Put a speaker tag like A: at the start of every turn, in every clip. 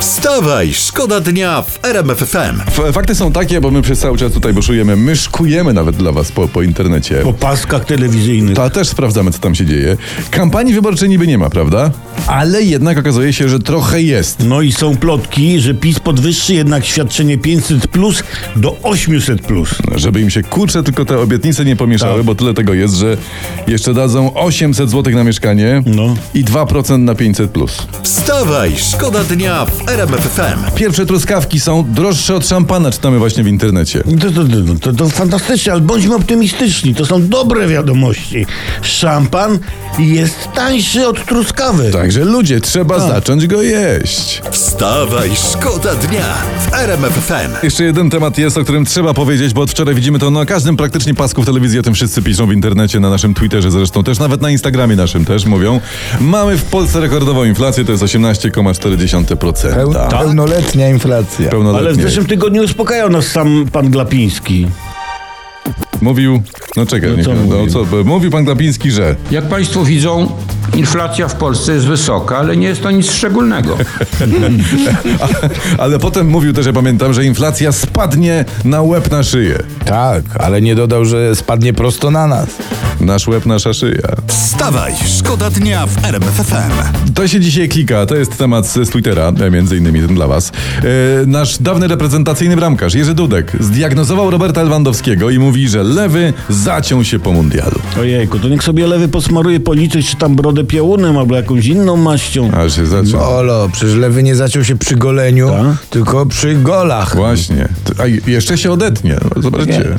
A: Wstawaj, szkoda dnia w RMF FM.
B: F- Fakty są takie, bo my przez cały czas tutaj buszujemy, my szkujemy nawet dla was po, po internecie.
C: Po paskach telewizyjnych.
B: Ta też sprawdzamy, co tam się dzieje. Kampanii wyborczej niby nie ma, prawda? Ale jednak okazuje się, że trochę jest.
C: No i są plotki, że PiS podwyższy jednak świadczenie 500 plus do 800 plus.
B: Żeby im się kurczę, tylko te obietnice nie pomieszały,
C: Tak.
B: bo tyle tego jest, że jeszcze dadzą 800 zł na mieszkanie
C: No.
B: i 2% na 500. Plus.
A: Wstawaj, szkoda dnia w RMF FM.
B: Pierwsze truskawki są droższe od szampana, czytamy właśnie w internecie.
C: To, to, to, to, to fantastycznie, ale bądźmy optymistyczni. To są dobre wiadomości. Szampan jest tańszy od truskawy.
B: Także ludzie, trzeba
C: Tak.
B: zacząć go jeść.
A: Wstawaj, szkoda dnia w RMF FM.
B: Jeszcze jeden temat jest, o którym trzeba powiedzieć, bo od wczoraj widzimy to na każdym praktycznie pasku w telewizji, o tym wszyscy piszą w internecie, na naszym Twitterze zresztą też, nawet na Instagramie naszym też mówią. Mamy w Polsce rekordową inflację, to jest 18,4%.
D: Peł- Pełnoletnia inflacja.
B: Pełnoletnie.
C: Ale w zeszłym tygodniu uspokajał nas sam pan Glapiński.
B: Mówił, no czekaj, nie
C: co
B: wiem, no,
C: mówił?
B: co, mówił pan Glapiński, że...
E: Jak Państwo widzą, inflacja w Polsce jest wysoka, ale nie jest to nic szczególnego.
B: Ale potem mówił też, ja pamiętam, że inflacja spadnie na łeb na szyję.
D: Tak, ale nie dodał, że spadnie prosto na nas.
B: Nasz łeb, nasza szyja.
A: Wstawaj, szkoda dnia w RMF FM.
B: To się dzisiaj klika, to jest temat z Twittera, e, między innymi ten dla was. E, Nasz dawny reprezentacyjny bramkarz Jerzy Dudek zdiagnozował Roberta Lewandowskiego i mówi, że lewy zaciął się po mundialu.
C: Ojejku, to niech sobie lewy posmaruje policzyć, czy tam brodę piołunem albo jakąś inną maścią.
B: Aż się zaciął.
D: Olo, przecież lewy nie zaciął się przy goleniu,
C: Tak?
D: tylko przy golach.
B: Właśnie. A i- jeszcze się odetnie, no, zobaczcie.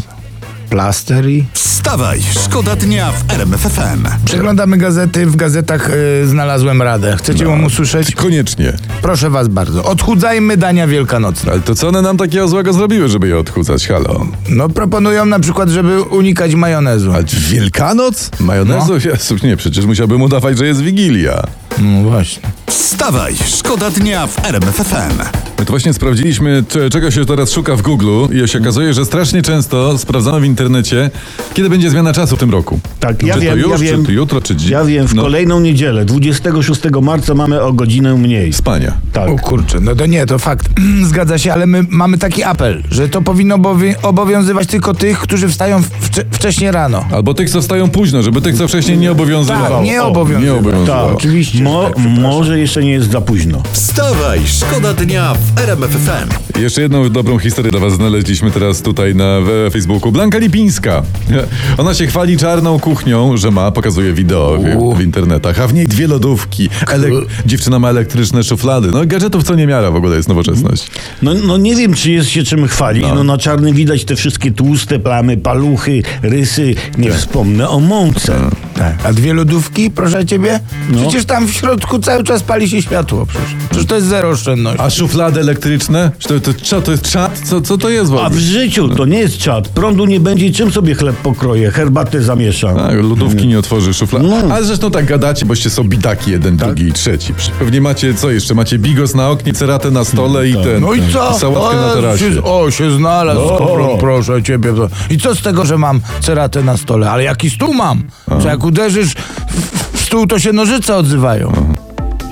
D: Plaster i...
A: Wstawaj, szkoda dnia w RMF FM.
D: Przeglądamy gazety, w gazetach y, znalazłem radę. Chcecie ją usłyszeć?
B: Koniecznie.
D: Proszę was bardzo. Odchudzajmy dania wielkanocne.
B: Ale to co one nam takiego złego zrobiły, żeby je odchudzać? Halo.
D: No proponują na przykład, żeby unikać majonezu.
B: A Wielkanoc? Majonezu? Jezu, nie, przecież musiałbym udawać, że jest Wigilia.
D: No właśnie.
A: Wstawaj, szkoda dnia w RMF FM.
B: My to właśnie sprawdziliśmy, cze- czego się teraz szuka w Google i się okazuje, że strasznie często sprawdzamy w internecie, kiedy będzie zmiana czasu w tym roku.
C: Tak, ja
B: czy
C: wiem,
B: to już,
C: ja wiem.
B: czy to jutro, czy dziś.
C: Ja wiem, w
B: no,
C: kolejną niedzielę, 26 marca mamy o godzinę mniej.
B: Spania.
C: Tak.
D: O kurczę, no to nie, to fakt. Zgadza się, ale my mamy taki apel, że to powinno obowi- obowiązywać tylko tych, którzy wstają wcze- wcześnie rano.
B: Albo tych, co wstają późno, żeby tych, co wcześniej nie obowiązywało.
D: Tak, nie
B: O,
D: obowiązywało.
B: Nie obowiązywało.
C: Tak,
D: oczywiście,
C: Mo-
D: tak, przepraszam.
C: może jeszcze nie jest za późno.
A: Wstawaj, szkoda dnia w RMF FM.
B: Jeszcze jedną dobrą historię dla was znaleźliśmy teraz tutaj na w Facebooku. Blanka Lipińska. Ona się chwali czarną kuchnią, że ma, pokazuje wideo w, w internetach, a w niej dwie lodówki. Elek- dziewczyna ma elektryczne szuflady. No gadżetów co nie miara w ogóle jest nowoczesność.
C: No, no nie wiem, czy jest się czym chwalić. No. na czarny widać te wszystkie tłuste plamy, paluchy, rysy. Nie wspomnę o mące.
D: Tak. No. A dwie lodówki, proszę ciebie? Przecież tam w środku cały czas pali się światło, przecież. Przecież to jest zero oszczędności.
B: A szuflady elektryczne? Czy to, to, co, to jest czat? Co, co to jest w
C: A w
B: ogóle?
C: życiu to nie jest czad. Prądu nie będzie, czym sobie chleb pokroję, herbatę zamieszam.
D: Tak.
B: A, Tak, lodówki nie otworzy szuflad.
C: No.
B: Ale zresztą tak gadacie, boście są bidaki jeden, drugi i trzeci. Pewnie macie co jeszcze? Macie bigos na oknie, ceratę na stole i ten.
D: No i co?
B: Sałatkę na
D: O,
B: terasie.
D: się- O, się znalazł, skoro, proszę ciebie. I co z tego, że mam ceratę na stole? Ale jaki stół mam? Że jak uderzysz w- w stół, to się nożyce odzywają.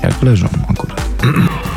D: Jak leżą akurat.